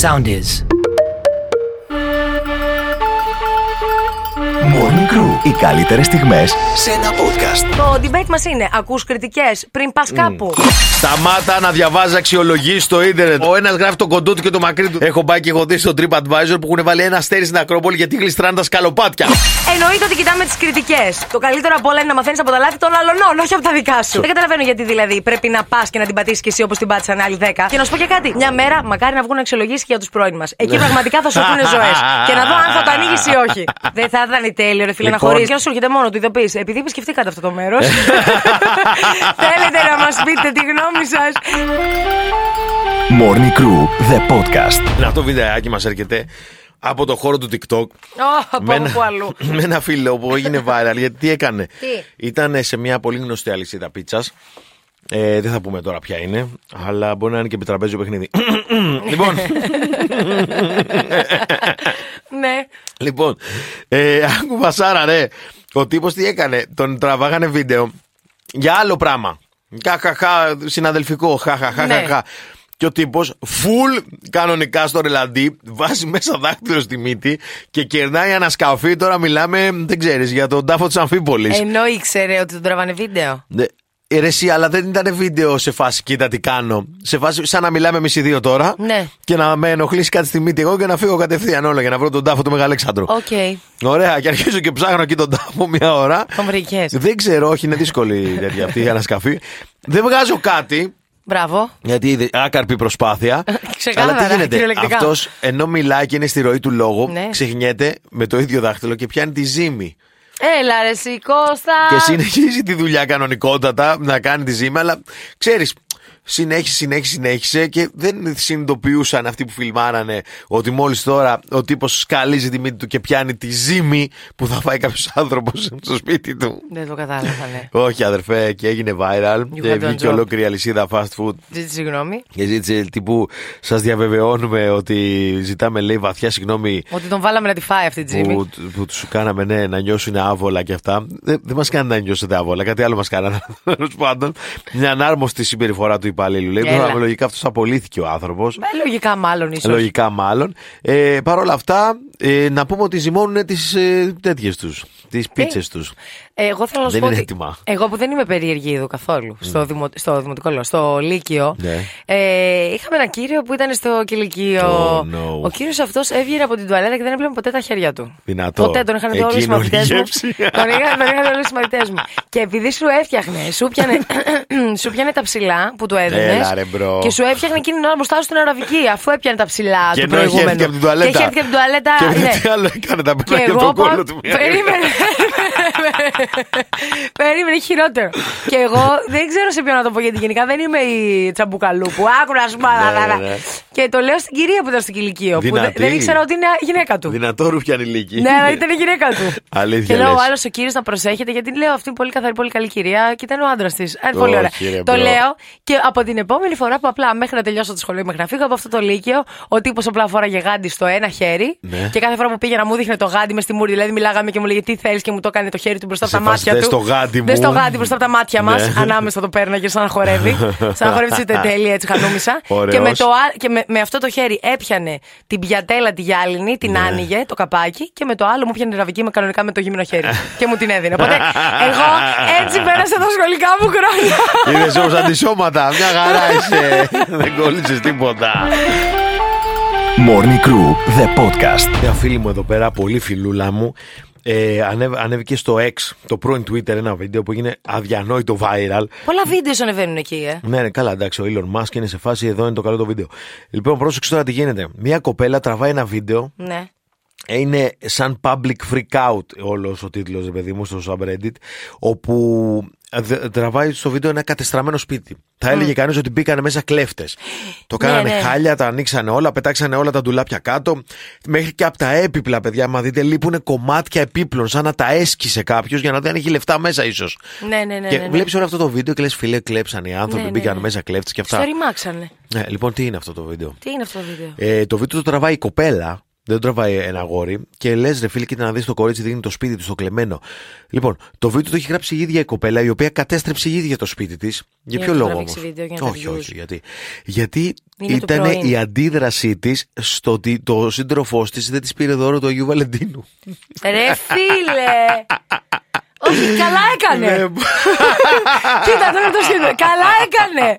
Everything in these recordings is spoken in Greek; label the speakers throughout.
Speaker 1: sound is.
Speaker 2: Morning Crew. Οι καλύτερες στιγμές σε ένα podcast.
Speaker 3: Το debate μας είναι: Ακούς κριτικές πριν πας κάπου.
Speaker 4: Σταμάτα να διαβάζει αξιολογήσει στο ίντερνετ. Ο ένας γράφει το κοντό του και το μακρύ του. Έχω πάει και εγώ δει στο TripAdvisor που έχουν βάλει ένα αστέρι στην Ακρόπολη γιατί γλιστράνε τα σκαλοπάτια.
Speaker 3: Εννοείται ότι κοιτάμε τις κριτικές. Το καλύτερο από όλα είναι να μαθαίνεις από τα λάθη των αλλωνών, όχι από τα δικά σου. Δεν καταλαβαίνω γιατί δηλαδή πρέπει να πας και να την πατήσεις κι εσύ όπως την πάτησαν άλλοι 10. Και να σου πω και κάτι: Μια μέρα μακάρι να βγουν αξιολογήσεις και για τους πρώην μας. Εκεί πραγματικά θα σωθούν ζωές. Και να δω αν θα το ανοίγεις ή όχι. Δεν θα ήταν τέλειο, ρε φίλε, να
Speaker 4: Λοιπόν.
Speaker 3: χωρί. Και να σου έρχεται μόνο του ειδοποίηση. Επειδή επισκεφτήκατε αυτό το μέρος. Θέλετε να μας πείτε τη γνώμη σας.
Speaker 2: Morning Crew. The podcast.
Speaker 4: Να το βιντεάκι μας έρχεται από το χώρο του TikTok.
Speaker 3: Ω, από
Speaker 4: ένα-
Speaker 3: όπου αλλού.
Speaker 4: με ένα φίλο που έγινε viral. Γιατί τι έκανε.
Speaker 3: Τι?
Speaker 4: Ήταν σε μια πολύ γνωστή αλυσίδα πίτσας. Ε, δεν θα πούμε τώρα ποια είναι, αλλά μπορεί να είναι και επιτραπέζιο παιχνίδι. λοιπόν,
Speaker 3: Ναι.
Speaker 4: λοιπόν ε, άκου Βασάρα, ρε. Ο τύπος τι έκανε. Τον τραβάγανε βίντεο για άλλο πράγμα. Χαχαχά, συναδελφικό. Χαχαχά,
Speaker 3: Ναι.
Speaker 4: Και ο τύπος, full κανονικά στο ρελαντί, βάζει μέσα δάχτυλο στη μύτη και κερνάει ανασκαφή. Τώρα μιλάμε, δεν ξέρεις, για τον τάφο της Αμφίπολης.
Speaker 3: Ενώ ήξερε ότι τον τραβάνε βίντεο.
Speaker 4: Ναι. Ε, ρε εσύ, αλλά δεν ήταν βίντεο σε φάση κοίτα τι κάνω. Σε φάση σαν να μιλάμε εμείς οι δύο τώρα
Speaker 3: Ναι.
Speaker 4: και να με ενοχλήσει κάτι στη μύτη εγώ και να φύγω κατευθείαν όλα για να βρω τον τάφο του Μεγαλέξανδρου.
Speaker 3: Οκ.
Speaker 4: Ωραία, και αρχίζω και ψάχνω εκεί τον τάφο μια ώρα.
Speaker 3: Τον βρήκες.
Speaker 4: Δεν ξέρω, όχι, είναι δύσκολη η τέτοια αυτή η ανασκαφή. δεν βγάζω κάτι.
Speaker 3: Μπράβο.
Speaker 4: Γιατί είδε άκαρπη προσπάθεια.
Speaker 3: Ξεκάθαρα,
Speaker 4: αλλά τι γίνεται.
Speaker 3: κυριολεκτικά.
Speaker 4: Αυτός ενώ μιλάει και είναι στη ροή του λόγου,
Speaker 3: Ναι.
Speaker 4: ξεχνιέται με το ίδιο δάχτυλο και πιάνει τη ζύμη.
Speaker 3: Έλα ρε εσύ, Κώστα.
Speaker 4: Και συνεχίζει τη δουλειά κανονικότατα να κάνει τη ζύμη, αλλά ξέρεις, συνέχισε, συνέχισε, συνέχισε και δεν συνειδητοποιούσαν αυτοί που φιλμάρανε ότι μόλις τώρα ο τύπος σκαλίζει τη μύτη του και πιάνει τη ζύμη που θα φάει κάποιος άνθρωπος στο σπίτι του.
Speaker 3: Δεν το κατάλαβα, ναι.
Speaker 4: Όχι, αδερφέ, και έγινε viral.
Speaker 3: You
Speaker 4: Και
Speaker 3: had a
Speaker 4: βγήκε
Speaker 3: job.
Speaker 4: ολόκληρη η αλυσίδα fast food
Speaker 3: Ζήτη συγγνώμη.
Speaker 4: και ζήτησε τύπου Σας διαβεβαιώνουμε ότι ζητάμε, λέει, βαθιά συγγνώμη
Speaker 3: Ότι τον βάλαμε να τη φάει αυτή η
Speaker 4: που,
Speaker 3: Τζίμι.
Speaker 4: που τους κάναμε ναι, να νιώσουν άβολα και αυτά. Δεν, δεν μας κάνει να νιώσετε άβολα, κάτι άλλο μας κάνανε. Τέλος πάντων, μια ανάρμοστη συμπεριφορά του υπαλλήλου. Λέει,
Speaker 3: Έλα.
Speaker 4: τώρα λογικά αυτός απολύθηκε ο άνθρωπος.
Speaker 3: Ε, Λογικά μάλλον ίσως.
Speaker 4: Λογικά μάλλον. Ε, Παρ' όλα αυτά, ε, να πούμε ότι ζυμώνουν τις ε, τέτοιες τους, τις
Speaker 3: Ε,
Speaker 4: πίτσες τους.
Speaker 3: Εγώ θέλω να σου
Speaker 4: Δεν
Speaker 3: πω
Speaker 4: είναι
Speaker 3: ότι
Speaker 4: έτοιμα.
Speaker 3: εγώ που δεν είμαι περίεργη εδώ καθόλου στο, δημο, στο δημοτικό λέω, στο Λύκειο,
Speaker 4: Ναι.
Speaker 3: ε, είχαμε ένα κύριο που ήταν στο κηλικείο.
Speaker 4: Oh, no.
Speaker 3: Ο κύριος αυτός έβγαινε από την τουαλέτα και δεν έβλεπε ποτέ τα χέρια του.
Speaker 4: Δυνατό.
Speaker 3: Ποτέ τον είχαν δει όλοι οι
Speaker 4: Εκείνο η
Speaker 3: μαθητές μου.
Speaker 4: γεύση.
Speaker 3: τον είχαν, τον είχαν δει όλοι οι μαθητές μου. Και επειδή σου έφτιαχνε, σου πιάνε, σου πιάνε τα ψηλά που του έδινες.
Speaker 4: Έλα, ρε, μπρο.
Speaker 3: Και σου έφτιαχνε εκείνη την ώρα μπροστά σου την αραβική, αφού έπιανε τα ψηλά
Speaker 4: Και
Speaker 3: του
Speaker 4: ενώ έχει
Speaker 3: προηγούμενου.
Speaker 4: έρθει και από την τουαλέτα.
Speaker 3: Και έχει έρθει και από την τουαλέτα.
Speaker 4: Και μετά
Speaker 3: ναι.
Speaker 4: τι άλλο έκανε, τα
Speaker 3: Και
Speaker 4: πέρα και από
Speaker 3: εγώ
Speaker 4: τον
Speaker 3: πάω.
Speaker 4: κόλλο του. μια.
Speaker 3: Περίμενε. Περίμενε, έχει χειρότερο. Και εγώ δεν ξέρω σε ποιον να το πω γιατί γενικά δεν είμαι η τσαμπουκαλούπου. Άκου να σου πω.
Speaker 4: Ναι,
Speaker 3: λα, λα, λα.
Speaker 4: ναι.
Speaker 3: Και το λέω στην κυρία που ήταν στην κηλικείο. Που δεν-
Speaker 4: Δυνατή.
Speaker 3: δεν ήξερα ότι είναι γυναίκα του.
Speaker 4: Δυνατό ρουφιαν ηλίκη.
Speaker 3: Ναι, αλλά ήταν η γυναίκα του.
Speaker 4: Αλήθεια
Speaker 3: Και λέω ο
Speaker 4: λες.
Speaker 3: άλλος ο κύριος να προσέχετε, γιατί λέω αυτή είναι πολύ καθαρή, πολύ καλή κυρία. Και ήταν ο άντρας της.
Speaker 4: Όχι,
Speaker 3: Πολύ ωραία.
Speaker 4: ρε,
Speaker 3: Το
Speaker 4: μπρο.
Speaker 3: λέω και από την επόμενη φορά που απλά μέχρι να τελειώσω το σχολείο, μέχρι να φύγω από αυτό το λύκειο, ο τύπος απλά φοράγε γάντι στο ένα χέρι.
Speaker 4: Ναι.
Speaker 3: Και κάθε φορά που πήγαινα μου δείχνε το γάντι μες στη μούρη. Δηλαδή μιλάγαμε και μου λέγε τι θέλεις και μου το έκανε το χέρι του μπροστά από
Speaker 4: Σε
Speaker 3: τα
Speaker 4: φάση,
Speaker 3: μάτια
Speaker 4: «Δες
Speaker 3: του.
Speaker 4: το γάντι
Speaker 3: Δες
Speaker 4: μου».
Speaker 3: το γάντι μπροστά από τα μάτια μα.
Speaker 4: Ναι.
Speaker 3: Ανάμεσα το πέρναγε σαν να χορεύει. σαν να χορεύει τη τέλεια έτσι χανούμισα. και με,
Speaker 4: Ωραίος.
Speaker 3: το, α- και με, με αυτό το χέρι έπιανε την πιατέλα τη γυάλινη,
Speaker 4: Ναι.
Speaker 3: την άνοιγε, το καπάκι και με το άλλο μου πιανε ραβική με κανονικά με το γυμνό χέρι. και μου την έδινε. Οπότε εγώ έτσι πέρασα τα σχολικά μου χρόνια.
Speaker 4: Είδες όμως αντισώματα. Μια χαρά είσαι. Δεν κόλλησες τίποτα.
Speaker 2: Morning Crew. The podcast.
Speaker 4: Μια φίλη μου εδώ πέρα, πολύ φιλούλα μου, ε, ανέβ- ανέβηκε στο X, το πρώην Twitter, ένα βίντεο που έγινε αδιανόητο viral.
Speaker 3: Πολλά βίντεο ανεβαίνουν εκεί, ε.
Speaker 4: Ναι, ναι, καλά, εντάξει, ο Elon Musk είναι σε φάση, εδώ είναι το καλό το βίντεο. Λοιπόν, πρόσεξε τώρα τι γίνεται. Μια κοπέλα τραβάει ένα βίντεο,
Speaker 3: Ναι.
Speaker 4: ε, είναι σαν public freak out όλος ο τίτλος, ρε παιδί μου, στο subreddit, όπου δε- τραβάει στο βίντεο ένα κατεστραμμένο σπίτι. Θα έλεγε κανείς ότι μπήκανε μέσα κλέφτες. Το
Speaker 3: Ναι,
Speaker 4: κάνανε
Speaker 3: ναι.
Speaker 4: χάλια, τα ανοίξανε όλα, πετάξανε όλα τα ντουλάπια κάτω. Μέχρι και από τα έπιπλα, παιδιά, μα δείτε, λείπουν κομμάτια επίπλων, σαν να τα έσκησε κάποιος για να δεν έχει λεφτά μέσα, ίσως.
Speaker 3: Ναι, ναι, ναι.
Speaker 4: και
Speaker 3: ναι, ναι.
Speaker 4: βλέπεις όλο αυτό το βίντεο και λες, φίλε, κλέψαν οι άνθρωποι,
Speaker 3: Ναι, ναι,
Speaker 4: μπήκαν
Speaker 3: ναι.
Speaker 4: μέσα κλέφτες και αυτά.
Speaker 3: Στο ρημάξανε.
Speaker 4: Ναι, λοιπόν, τι είναι αυτό το βίντεο.
Speaker 3: Τι είναι αυτό το βίντεο.
Speaker 4: Ε, το βίντεο το τραβάει η κοπέλα δεν τραβάει ένα αγόρι και λες, ρε φίλε, κοίτα να δεις το κορίτσι δίνει το σπίτι του στο κλεμμένο. Λοιπόν, το βίντεο το έχει γράψει η ίδια η κοπέλα, η οποία κατέστρεψε η ίδια το σπίτι της. Για,
Speaker 3: να
Speaker 4: ποιο
Speaker 3: το
Speaker 4: λόγο
Speaker 3: τραβήξει
Speaker 4: όμως?
Speaker 3: βίντεο για να τα
Speaker 4: όχι,
Speaker 3: views.
Speaker 4: όχι, γιατί. Γιατί
Speaker 3: Είναι του
Speaker 4: ήταν
Speaker 3: πρώην.
Speaker 4: η αντίδρασή της στο ότι το σύντροφός της δεν της πήρε δώρο του Αγίου Βαλεντίνου. Ε,
Speaker 3: Ρε φίλε! Όχι, καλά έκανε!
Speaker 4: Ναι.
Speaker 3: Κοίτα τώρα το σχέδιο. Καλά έκανε!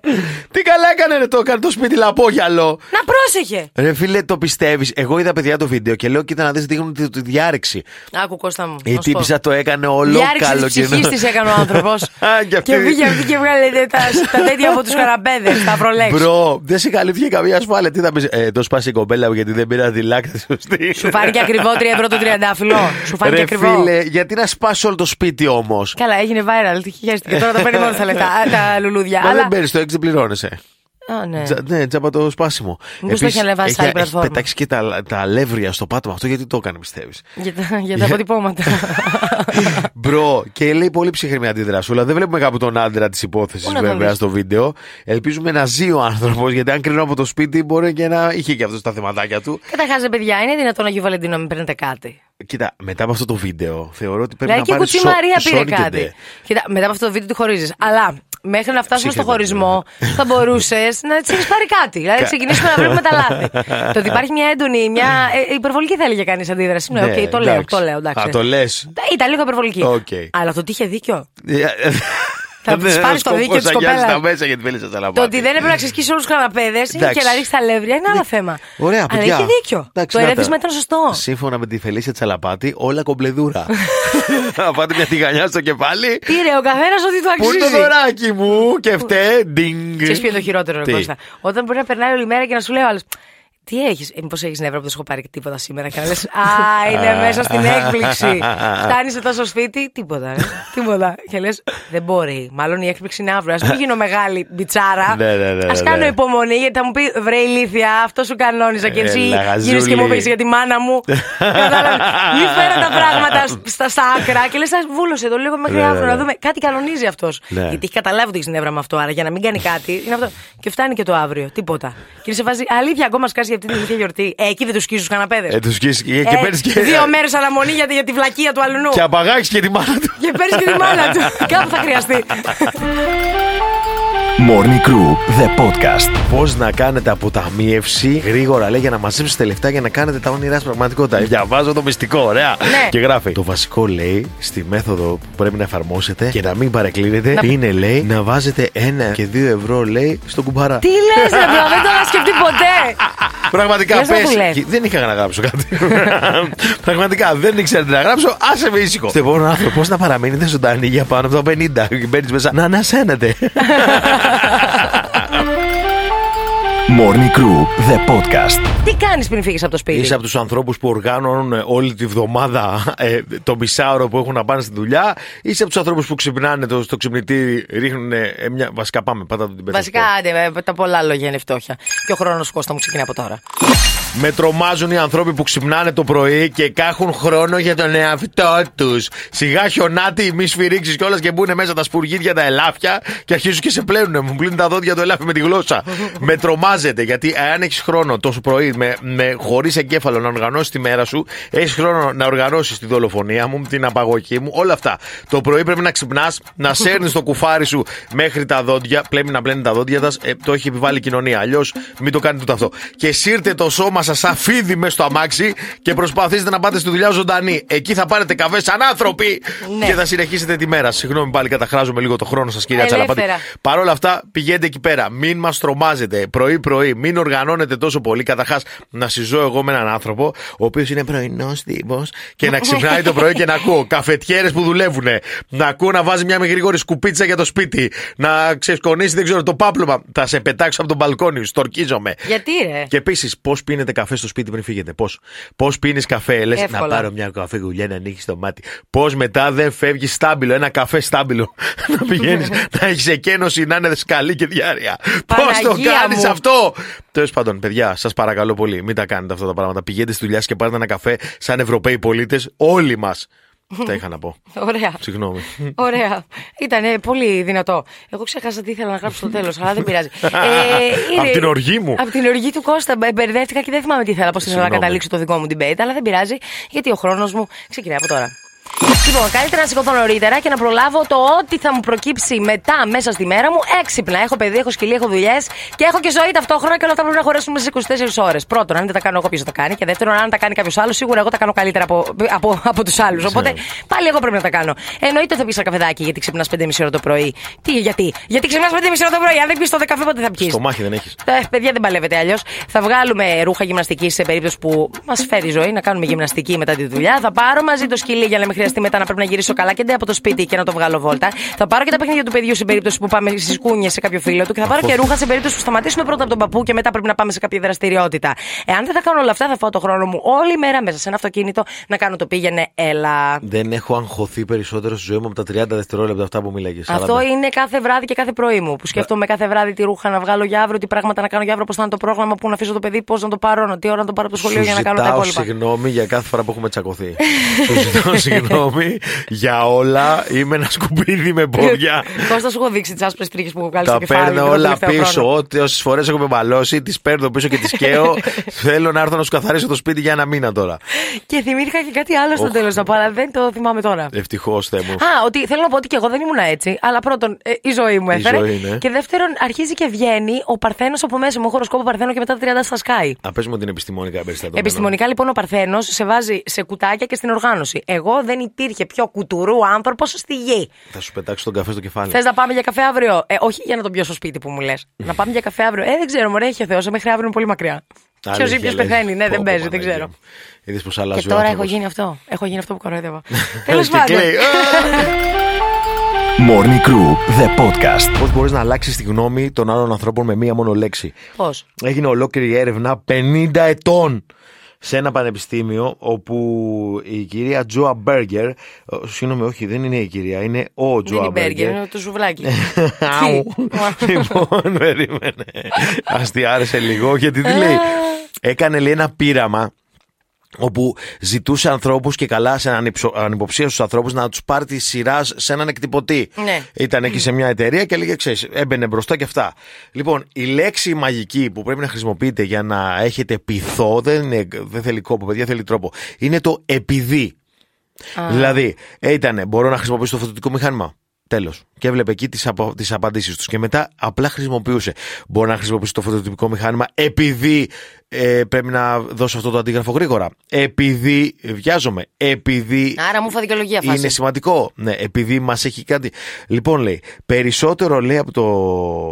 Speaker 4: Τι καλά έκανε ρε, το έκανε το σπίτι λαπόγιαλο.
Speaker 3: Να πρόσεχε!
Speaker 4: Ρε φίλε, το πιστεύεις. Εγώ είδα παιδιά το βίντεο και λέω: Κοίτα να δεις, δείχνουν τη, τη διάρρηξη.
Speaker 3: Άκου Κώστα μου.
Speaker 4: Η
Speaker 3: να σου πω.
Speaker 4: τύπησα το έκανε όλο
Speaker 3: Διάρρηξη
Speaker 4: καλό
Speaker 3: της ψυχής της έκανε ο άνθρωπος.
Speaker 4: και αυτή.
Speaker 3: Και βγήκε αυτή και βγάλε τα, τα τέτοια από τους καραμπέδες, τα προλέξεις.
Speaker 4: Μπρο, δεν σε καλύφθηκε καμία ασφάλεια. Τι θα πεις, ε, το σπάσει η κοπέλα μου γιατί δεν πήρα τη λάκτα σωστή.
Speaker 3: Σου φάνηκε ακριβό 3 ευρώ το τριαντάφυλλο. Σου φάνηκε
Speaker 4: Ρε
Speaker 3: ακριβό.
Speaker 4: φίλε, γιατί να σπάσει όλο το σπίτι όμως.
Speaker 3: Καλά, έγινε viral. Τι χαίρεστηκε. Τώρα τα παίρνει μόνος τα λεφτά. α, Τα λουλούδια.
Speaker 4: Μα δεν
Speaker 3: Αλλά.
Speaker 4: παίρνεις το έξι, πληρώνεσαι.
Speaker 3: Α, ναι.
Speaker 4: Τζα- Ναι, τζάμπα το σπάσιμο.
Speaker 3: Μήπως το έχει ανεβάσει σε άλλη
Speaker 4: έχει, έχει
Speaker 3: πλατφόρμα.
Speaker 4: πετάξει και τα, τα αλεύρια στο πάτωμα. Αυτό γιατί το έκανε, πιστεύεις.
Speaker 3: Για τα- Για τα αποτυπώματα.
Speaker 4: Μπρο, και λέει πολύ ψυχρή αντιδρασούλα. Δεν βλέπουμε κάπου τον άντρα της υπόθεσης
Speaker 3: Πού να τον
Speaker 4: βέβαια
Speaker 3: δεις.
Speaker 4: στο βίντεο. Ελπίζουμε να ζει ο άνθρωπος, γιατί αν κρίνω από το σπίτι μπορεί και να είχε και αυτός τα θεματάκια του.
Speaker 3: Καταρχάς, ρε παιδιά, είναι δυνατόν Αγίου Βαλεντίνο να μην παίρνετε κάτι.
Speaker 4: Κοίτα, μετά από αυτό το βίντεο θεωρώ ότι πρέπει
Speaker 3: Δηλαδή
Speaker 4: να
Speaker 3: και η
Speaker 4: πάρεις
Speaker 3: κουτσή Μαρία πήρε
Speaker 4: Sonic and
Speaker 3: κάτι.
Speaker 4: Day.
Speaker 3: Κοίτα, μετά από αυτό το βίντεο τη χωρίζεις. Αλλά μέχρι να φτάσουμε στο
Speaker 4: Ψύχεται,
Speaker 3: χωρισμό,
Speaker 4: ναι.
Speaker 3: θα μπορούσες να της έχεις πάρει κάτι. Δηλαδή, ξεκινήσουμε να βλέπουμε τα λάθη. Το ότι υπάρχει μια έντονη, μια. ε, υπερβολική θα έλεγε κανείς αντίδραση. Ναι,
Speaker 4: Ναι,
Speaker 3: οκ, το λέω,
Speaker 4: εντάξει.
Speaker 3: το λέω, εντάξει.
Speaker 4: Α, το λες.
Speaker 3: Ήταν λίγο υπερβολική.
Speaker 4: Οκ.
Speaker 3: Αλλά το ότι είχε δίκιο. της πάρεις το δίκιο της κοπέλας.
Speaker 4: τα μέσα γιατί θέλει να τα
Speaker 3: Το
Speaker 4: λαμβάνει.
Speaker 3: ότι δεν έπρεπε να ξεσκίσει όλους τους καναπέδες
Speaker 4: Εντάξει. Ναι.
Speaker 3: και να ρίξει τα λεύρια είναι άλλο θέμα.
Speaker 4: Ωραία,
Speaker 3: Αλλά
Speaker 4: παιδιά.
Speaker 3: είχε ναι, δίκιο.
Speaker 4: Εντάξει,
Speaker 3: το
Speaker 4: να τα.
Speaker 3: ερέθισμα ήταν σωστό.
Speaker 4: Σύμφωνα με τη Φελίσια Τσαλαπάτη, όλα κομπλεδούρα. Θα πάτε μια τηγανιά στο κεφάλι.
Speaker 3: Πήρε ο καθένας ό,τι του
Speaker 4: Πού
Speaker 3: αξίζει.
Speaker 4: είναι το δωράκι μου και φταίει. Ντινγκ.
Speaker 3: Ξέρεις ποιο είναι το χειρότερο,
Speaker 4: Τι?
Speaker 3: ρε Κώστα. Όταν μπορεί να περνάει όλη η μέρα και να σου λέει ο άλλος. Τι έχεις, ε, Μήπως έχεις νεύρα που δεν σου έχω πάρει τίποτα σήμερα. Και να λες, Α, είναι μέσα στην έκπληξη. Φτάνεις εδώ στο σπίτι, τίποτα. Ρε. τίποτα. Και λες, Δεν μπορεί. Μάλλον η έκπληξη είναι αύριο. Ας μην γίνω μεγάλη μπιτσάρα.
Speaker 4: Ναι, ναι, ναι,
Speaker 3: Ας
Speaker 4: ναι,
Speaker 3: κάνω
Speaker 4: ναι.
Speaker 3: υπομονή γιατί θα μου πει Βρε ηλίθεια, αυτό σου κανόνιζα και εσύ
Speaker 4: Έλα,
Speaker 3: γύρω και
Speaker 4: γαζούλη.
Speaker 3: μου πει για τη μάνα μου. Κατάλαβες. Μην φέρω τα πράγματα σ- στα, στα άκρα και λες, Ας βούλωσε το λίγο μέχρι
Speaker 4: Ναι, ναι,
Speaker 3: αύριο
Speaker 4: ναι.
Speaker 3: να δούμε. Κάτι κανονίζει αυτός.
Speaker 4: Ναι.
Speaker 3: Γιατί έχει καταλάβει ότι έχεις νεύρα με αυτό, άρα για να μην κάνει κάτι. Είναι αυτό. Και φτάνει και το αύριο. Τίποτα. Και είναι σε βάζει αλήθεια ακόμα σκάσει για αυτή την ηλικία γιορτή. Ε, εκεί δεν τους σκίζεις τους καναπέδες.
Speaker 4: Ε, τους σκίζεις και- και παίρνεις και-
Speaker 3: Δύο μέρες αναμονή για, τη- για τη βλακεία του αλουνού.
Speaker 4: Και απαγάκι και τη μάνα του.
Speaker 3: Και παίρνεις και τη μάνα του. Κάπου θα χρειαστεί.
Speaker 2: Morning Crew, the podcast.
Speaker 4: Πώς να κάνετε αποταμίευση γρήγορα, λέει, για να μαζέψετε λεφτά για να κάνετε τα όνειρά σας πραγματικότητα. Ε, Διαβάζω το μυστικό, ωραία.
Speaker 3: Ναι.
Speaker 4: Και γράφει. Το βασικό, λέει, στη μέθοδο που πρέπει να εφαρμόσετε και να μην παρεκκλίνετε,
Speaker 3: Να-
Speaker 4: είναι, λέει, να βάζετε ένα και δύο ευρώ, λέει, στον κουμπάρα.
Speaker 3: Τι λες, ρε μπρο, δεν το είχα σκεφτεί ποτέ.
Speaker 4: Πραγματικά
Speaker 3: Λες να
Speaker 4: πες.
Speaker 3: δουλεύει.
Speaker 4: Και Δεν είχα να γράψω κάτι. Πραγματικά δεν ήξερα τι να γράψω. Άσε με ήσυχο. Στον επόμενο άνθρωπος να παραμείνετε ζωντανή για πάνω από τα 50. Και μπαίνεις μέσα. Να ανασένετε.
Speaker 2: Morning Crew, the podcast.
Speaker 3: Τι κάνεις πριν φύγεις από το σπίτι.
Speaker 4: Είσαι από τους ανθρώπους που οργάνωνουν ε, όλη τη βδομάδα ε, το μισάωρο που έχουν να πάνε στη δουλειά. Είσαι από τους ανθρώπους που ξυπνάνε το, στο ξυπνητήρι, ρίχνουν ε, ε, μια. Βασικά πάμε, πάτα το την πέτα.
Speaker 3: Βασικά, άντε, ε, τα πολλά λόγια είναι φτώχεια. Και ο χρόνος Κώστα μου ξεκινά από τώρα.
Speaker 4: Με τρομάζουν οι άνθρωποι που ξυπνάνε το πρωί και κάχουν χρόνο για τον εαυτό τους. Σιγά χιονάτι, μη σφυρίξεις κιόλας και μπουν μέσα τα σπουργίδια, τα ελάφια και αρχίζουν και σε πλένουνε. Μου πλύνουν τα δόντια το ελάφι με τη γλώσσα. με τρομάζεται γιατί αν έχεις χρόνο τόσο πρωί, με, με, χωρίς εγκέφαλο να οργανώσεις τη μέρα σου, έχεις χρόνο να οργανώσεις τη δολοφονία μου, την απαγωγή μου, όλα αυτά. Το πρωί πρέπει να ξυπνάς, να σέρνεις το κουφάρι σου μέχρι τα δόντια. Πλέμει να πλένει τα δόντια σας. το έχει επιβάλει η κοινωνία. Αλλιώς μην το κάνετε ούτε αυτό. Και σύρτε το σώμα σας σαν φίδι μέσα στο αμάξι και προσπαθήστε να πάτε στη δουλειά ζωντανή. Εκεί θα πάρετε καφέ σαν άνθρωποι
Speaker 3: Ναι.
Speaker 4: και θα συνεχίσετε τη μέρα. Συγγνώμη πάλι, καταχράζομαι λίγο το χρόνο σας, κυρία
Speaker 3: Ελεύθερα.
Speaker 4: Τσαλαπάτη. Παρ' όλα αυτά, πηγαίνετε εκεί πέρα. Μην μας τρομάζετε πρωί-πρωί. Μην οργανώνετε τόσο πολύ. Καταρχάς, να συζώ εγώ με έναν άνθρωπο, ο οποίος είναι πρωινό τύπο, και να ξυπνάει το πρωί και να ακούω καφετιέρες που δουλεύουν. Να ακούω να βάζει μια με γρήγορη σκουπίτσα για το σπίτι. Να ξεσκονίσει, δεν ξέρω, το πάπλωμα. Θα σε πετάξω από τον μπαλκόνι, στορκίζομαι.
Speaker 3: Γιατί ρε.
Speaker 4: Και επίσης, πώς πίνετε καφέ στο σπίτι πριν φύγετε. Πώς. Πώς πίνεις καφέ, λες να
Speaker 3: Εύκολα.
Speaker 4: πάρω μια καφέ γουλιά να ανοίξεις το μάτι. Πώς μετά δεν φεύγεις στάμπιλο, ένα καφέ στάμπιλο. να πηγαίνεις, να έχεις εκένωση, να είναι δεσκαλή και διάρκεια. Πώς το
Speaker 3: Παναγία
Speaker 4: κάνεις
Speaker 3: μου.
Speaker 4: αυτό. Τέλος πάντων, παιδιά, σας παρακαλώ πολύ, μην τα κάνετε αυτά τα πράγματα. Πηγαίνετε στη δουλειά σας και πάρετε ένα καφέ σαν Ευρωπαίοι πολίτες, όλοι μας. Τα είχα να πω.
Speaker 3: Ωραία.
Speaker 4: Συγγνώμη.
Speaker 3: Ωραία. Ήταν πολύ δυνατό. Εγώ ξέχασα τι ήθελα να γράψω στο τέλος, αλλά δεν πειράζει. Ε, είναι-
Speaker 4: Απ' την οργή μου.
Speaker 3: Απ' την οργή του Κώστα. Μπε- Μπερδεύτηκα και δεν θυμάμαι τι ήθελα, πώς ήθελα να
Speaker 4: Συγγνώμη.
Speaker 3: καταλήξω το δικό μου debate, αλλά δεν πειράζει, γιατί ο χρόνος μου ξεκινάει από τώρα. Λοιπόν, καλύτερα να σηκωθώ νωρίτερα και να προλάβω το ό,τι θα μου προκύψει μετά μέσα στη μέρα μου έξυπνα. Έχω παιδί, έχω σκυλί, έχω δουλειές και έχω και ζωή ταυτόχρονα και όλα αυτά πρέπει να χωρέσουν μέσα στι 24 ώρες. Πρώτον, αν δεν τα κάνω εγώ, ποιος θα τα κάνει. Και δεύτερον, αν τα κάνει κάποιος άλλος, σίγουρα εγώ τα κάνω καλύτερα από, από, από τους άλλους. Οπότε πάλι εγώ πρέπει να τα κάνω. Εννοείται θα πεις ένα καφεδάκι γιατί ξυπνάς 5,5 ώρα το πρωί. Τι, γιατί, γιατί ξυπνάς 5,5 ώρα το πρωί. Αν δεν πεις το δε καφέ, πότε θα πιει.
Speaker 4: Στο μάχη δεν έχεις.
Speaker 3: Ε, παιδιά δεν παλεύετε αλλιώς. Θα βγάλουμε ρούχα γυμναστική σε περίπτωση που μας φέρει η ζωή να κάνουμε γυμναστική μετά τη δουλειά. Θα πάρω μαζί το σκυλί για να μην χρειαστεί μετά να πρέπει να γυρίσω καλά και ντε από το σπίτι και να το βγάλω βόλτα. Θα πάρω και τα παιχνίδια του παιδιού σε περίπτωση που πάμε στις κούνιες σε κάποιο φίλο του και θα πάρω και ρούχα σε περίπτωση που σταματήσουμε πρώτα από τον παππού και μετά πρέπει να πάμε σε κάποια δραστηριότητα. Εάν δεν θα κάνω όλα αυτά, θα φάω το χρόνο μου όλη μέρα μέσα σε ένα αυτοκίνητο να κάνω το πήγαινε έλα.
Speaker 4: Δεν έχω αγχωθεί περισσότερο στη ζωή μου από τα 30 δευτερόλεπτα αυτά που μίλαγες.
Speaker 3: Αυτό είναι κάθε βράδυ και κάθε πρωί μου. Που
Speaker 4: Ναι.
Speaker 3: σκέφτομαι κάθε βράδυ τι ρούχα να βγάλω για αύριο, τι πράγματα να κάνω για αύριο, πώς θα είναι το πρόγραμμα, πού να αφήσω το παιδί, πώς να το πάρω, τι ώρα να το πάρω από το σχολείο για να κάνω τα υπόλοιπα.
Speaker 4: συγγνώμη για κάθε φορά που έχουμε τσακωθεί. Σου ζητάω συγγνώμη για όλα. Είμαι ένα σκουπίδι με πόδια.
Speaker 3: Κώστα, σου έχω δείξει τις άσπρες τρίχες που έχω βγάλει
Speaker 4: Τα
Speaker 3: στο κεφάλι.
Speaker 4: παίρνω
Speaker 3: τον
Speaker 4: όλα
Speaker 3: τελευταίο χρόνο.
Speaker 4: πίσω. Ό,τι όσες φορές έχουμε μπαλώσει, τις παίρνω πίσω και τις καίω. Θέλω να έρθω να σου καθαρίσω το σπίτι για ένα μήνα τώρα.
Speaker 3: Και θυμήθηκα και κάτι άλλο στο
Speaker 4: Οχ.
Speaker 3: τέλος να πω, αλλά δεν το θυμάμαι τώρα.
Speaker 4: Ε, Ευτυχώς, Θεέ μου.
Speaker 3: Α, ότι θέλω να πω ότι και εγώ δεν ήμουν έτσι. Αλλά πρώτον, ε, η ζωή μου
Speaker 4: Η
Speaker 3: έφερε.
Speaker 4: ζωή, ναι.
Speaker 3: Και δεύτερον, αρχίζει και βγαίνει ο Παρθένος από μέσα μου. Έχω Χοροσκόπο Παρθένο και μετά τα 30 στα σκάει.
Speaker 4: Α, πες μου την επιστημονικά περιστατωμένη.
Speaker 3: Επιστημονικά λοιπόν ο Παρθένος σε βάζει σε κουτάκια και στην οργάνωση. Εγώ δεν υπήρχε πιο κουτουρού άνθρωπος στη γη.
Speaker 4: Θα σου πετάξω τον καφέ στο κεφάλι.
Speaker 3: Θες να πάμε για καφέ αύριο. Ε, όχι για να τον πιω στο σπίτι που μου λες.
Speaker 4: Ναι.
Speaker 3: να πάμε για καφέ αύριο. Ε, δεν ξέρω, μωρέ, έχει ο Θεός. Μέχρι αύριο είναι πολύ μακριά. Ποιο ή ποιο πεθαίνει. Ναι, δεν παίζει, δεν ξέρω.
Speaker 4: Είδες πως
Speaker 3: Και
Speaker 4: αλλάζει ο
Speaker 3: τώρα έχω
Speaker 4: άνθρωπος.
Speaker 3: γίνει αυτό. Έχω γίνει αυτό που κοροϊδεύα.
Speaker 4: Ε,
Speaker 3: Τέλος
Speaker 4: και
Speaker 3: πάντων.
Speaker 4: κλαίει. Α!
Speaker 2: Morning Crew, the podcast.
Speaker 4: Πώς μπορείς να αλλάξεις τη γνώμη των άλλων ανθρώπων με μία μόνο λέξη.
Speaker 3: Πώς.
Speaker 4: Έγινε ολόκληρη έρευνα 50 ετών σε ένα πανεπιστήμιο όπου η κυρία Τζοα Μπέργκερ. ε, Συγγνώμη, όχι, δεν είναι η κυρία, είναι ο
Speaker 3: Δεν είναι μπέργκερ,
Speaker 4: Τζοα Μπέργκερ.
Speaker 3: είναι το σουβλάκι.
Speaker 4: Άου.
Speaker 3: Τι?
Speaker 4: λοιπόν, περίμενε. Αστιάρεσε λίγο γιατί τι λέει. Έκανε λέει ένα πείραμα όπου ζητούσε ανθρώπους και καλά σε ανυψο- ανυποψίαστους ανθρώπους να τους πάρει τη σειρά σε έναν εκτυπωτή.
Speaker 3: Ναι.
Speaker 4: Ήταν εκεί σε μια εταιρεία και έλεγε, ξέρεις, έμπαινε μπροστά και αυτά. Λοιπόν, η λέξη μαγική που πρέπει να χρησιμοποιείτε για να έχετε πειθό, δεν, είναι- δεν θέλει κόπο, παιδιά, θέλει τρόπο, είναι το επειδή. Δηλαδή, ήταν, μπορώ να χρησιμοποιήσω το φωτοτικό μηχάνημα. Τέλος. Και έβλεπε εκεί τις απο... τις απαντήσεις τους. Και μετά απλά χρησιμοποιούσε. Μπορώ να χρησιμοποιήσω το φωτοτυπικό μηχάνημα επειδή ε, πρέπει να δώσω αυτό το αντίγραφο γρήγορα. Επειδή ε, βιάζομαι. Επειδή
Speaker 3: Άρα μου φα δικαιολογία φάση.
Speaker 4: είναι σημαντικό. Ναι, επειδή μας έχει κάτι. Λοιπόν, λέει, περισσότερο λέει από